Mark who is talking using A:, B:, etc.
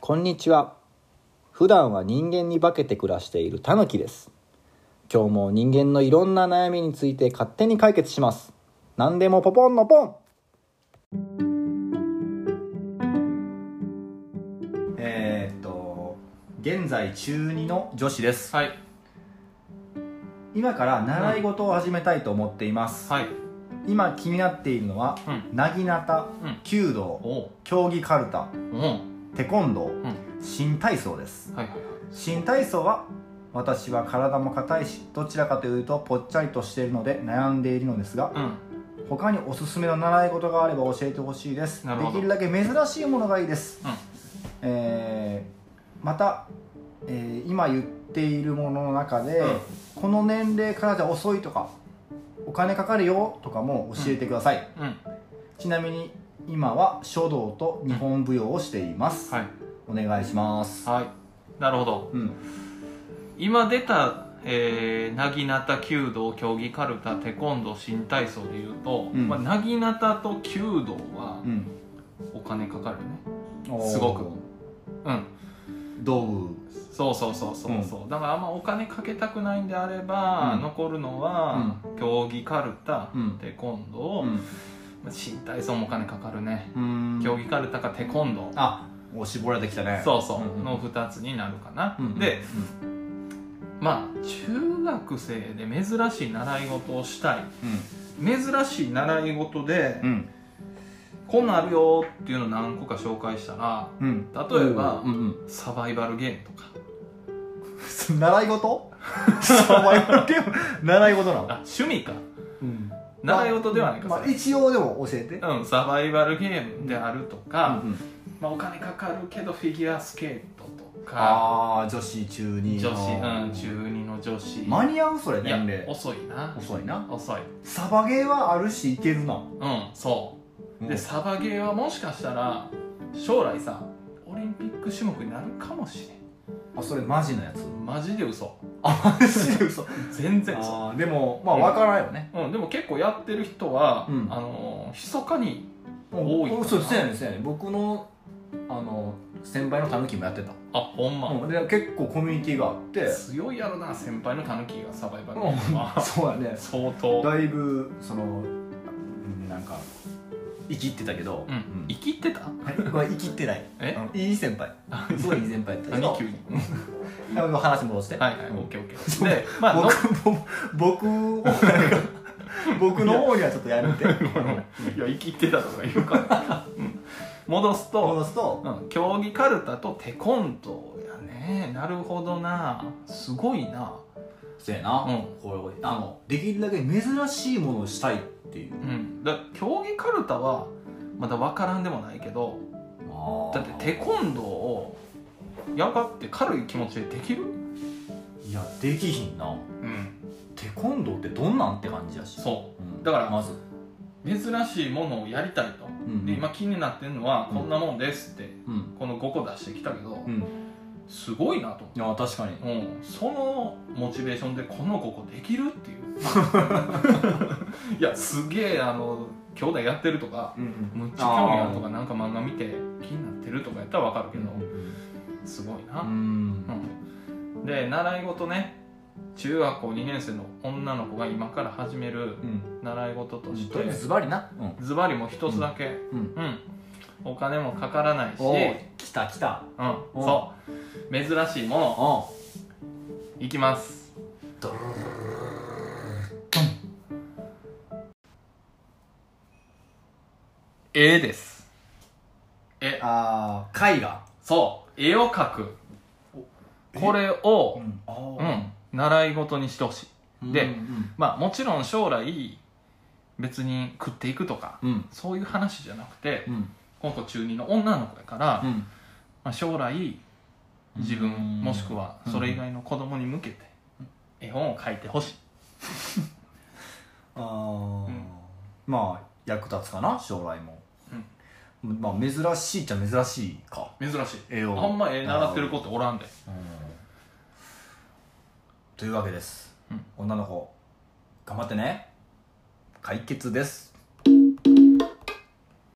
A: こんにちは普段は人間に化けて暮らしているタヌキです今日も人間のいろんな悩みについて勝手に解決します何でもポポンのポンえーっと現在中2の女子です
B: はい
A: 今から習い事を始めたいと思っています、
B: はい
A: 今気になっているのは
B: うん
A: なぎなた
B: うん
A: 弓
B: お
A: 道
B: お
A: 競技カルタ
B: うん
A: テコンドー
B: うん
A: 新体操です
B: はいはいはい
A: 新体操は私は体も硬いしどちらかというとぽっちゃりとしているので悩んでいるのですが
B: うん
A: 他におすすめの習い事があれば教えてほしいですで
B: なるほど
A: きるだけ珍しいものがいいです、えーまた、えー今言っているものの中で、
B: うん
A: この年齢からじゃ遅いとかお金かかるよとかも教えてください、
B: うんうん
A: ちなみに今は書道と日本舞踊をしています、
B: はい
A: お願いします、
B: はいなるほど
A: うん
B: 今出たえー、なぎなた弓道競技かるたテコンドー新体操でいうと、
A: うん
B: まあ、なぎなたと弓道は
A: うん、
B: お金かかるよね
A: おー
B: すごくうん
A: 道具
B: そうそうそうそうそう、だからあんまお金かけたくないんであれば、
A: うん
B: 残るのは、競技かるた、
A: うん
B: テコンドー、
A: うん
B: まあ新体操もお金かかるね、
A: うん
B: 競技かるたかテコンドー
A: あお絞られてきたね
B: そうそう、
A: んん
B: の2つになるかな、
A: うんうん
B: でまあ中学生で珍しい習い事をしたい珍しい習い事で、
A: うんうん
B: こんなんあるよっていうの何個か紹介したら
A: うん
B: 例えば
A: うんうん
B: サバイバルゲームとか
A: 習い 事サバイバルゲーム習い事なの、
B: あ趣味か
A: うん、
B: 習い事ではないか、
A: まあ、
B: それ
A: 一応でも教えて
B: うん、サバイバルゲームであるとか、
A: うんうん
B: まあ、お金かかるけどフィギュアスケートとか
A: ああ女子中二
B: 女
A: の
B: 子、うん、中二の女子
A: 間に合うそれ
B: いや
A: 年齢
B: 遅いな
A: 遅いな
B: 遅い
A: サバゲーはあるしいけるな
B: うんそうで
A: うん
B: サバゲーはもしかしたら将来さオリンピック種目になるかもしれん
A: あそれマジのやつ
B: マジで嘘
A: マジで嘘
B: 全然嘘
A: あーでもまあわからんよね、
B: うん、でも結構やってる人は、
A: うん
B: あのー密かに多いかな
A: そうそうやねそうやね僕のあの先輩のたぬきもやってた、
B: あほんま、
A: うんで結構コミュニティがあって、
B: 強いやろな先輩のタヌキがサバイバルゲ
A: う
B: ームは
A: ん そうやね
B: 相当
A: だいぶそのうんなんか生きってたけど、
B: うん、生きてた
A: うんまあ生きってない
B: え
A: あのいい先輩すごいいい先輩やったけ
B: 何
A: ど
B: 急に
A: なんか話戻して、
B: はいはい、
A: うん
B: オッケーオッケーでまあの
A: 僕僕 僕の方にはちょっとや めて
B: いや生きてたとか言うから、 うん戻すと
A: 戻すと
B: うん、競技カルタとテコンドーやねなるほどなすごいな
A: そうやな、
B: うん
A: これあのできるだけ珍しいものをしたいっていう
B: うんだ競技カルタはまだ分からんでもないけどだってテコンドーをやがって軽い気持ちでできる
A: いやできひんな
B: うん
A: テコンドーってどんなんって感じやし
B: そ
A: うん
B: だから
A: まず、
B: う珍しいものをやりたいと、
A: ん
B: で今気になってるのは
A: うん
B: こんなもんですって、
A: うん
B: この5個出してきたけど、
A: ん
B: すごいなと思っ
A: いや確かに
B: て、うん、そのモチベーションでこの5個できるっていういやすげえあの兄弟やってるとか
A: うん
B: むっちゃ興味あるとかなんか漫画見て気になってるとかやったらわかるけど、すごいな、
A: うん
B: うんで習い事ね中学校2年生の女の子が今から始める
A: うん
B: 習い事として、
A: とりあえずズバリなうん
B: ズバリも一つだけ
A: うん
B: うんお金もかからないし、う
A: お
B: ん、
A: ー来た来たお
B: そう珍しいもの
A: お
B: いきます
A: ドルルルルルル
B: 絵です絵
A: あー絵画
B: そう絵を描くこれを、
A: んあ
B: う
A: ー
B: ん、習い事にしてほしいで
A: うん
B: まあもちろん将来別に食っていくとか
A: うん
B: そういう話じゃなくて
A: うん
B: 今度中二の女の子だから、
A: うん
B: まあ、将来自分
A: うん
B: もしくはそれ以外の子供に向けて絵本を書いてほしい
A: あー
B: うん
A: まあ役立つかな将来もまあ珍しいっちゃ珍しいか
B: 珍しい
A: 絵を
B: あんま絵習ってる子っておらんで
A: というわけです、
B: うん
A: 女の子頑張ってね解決です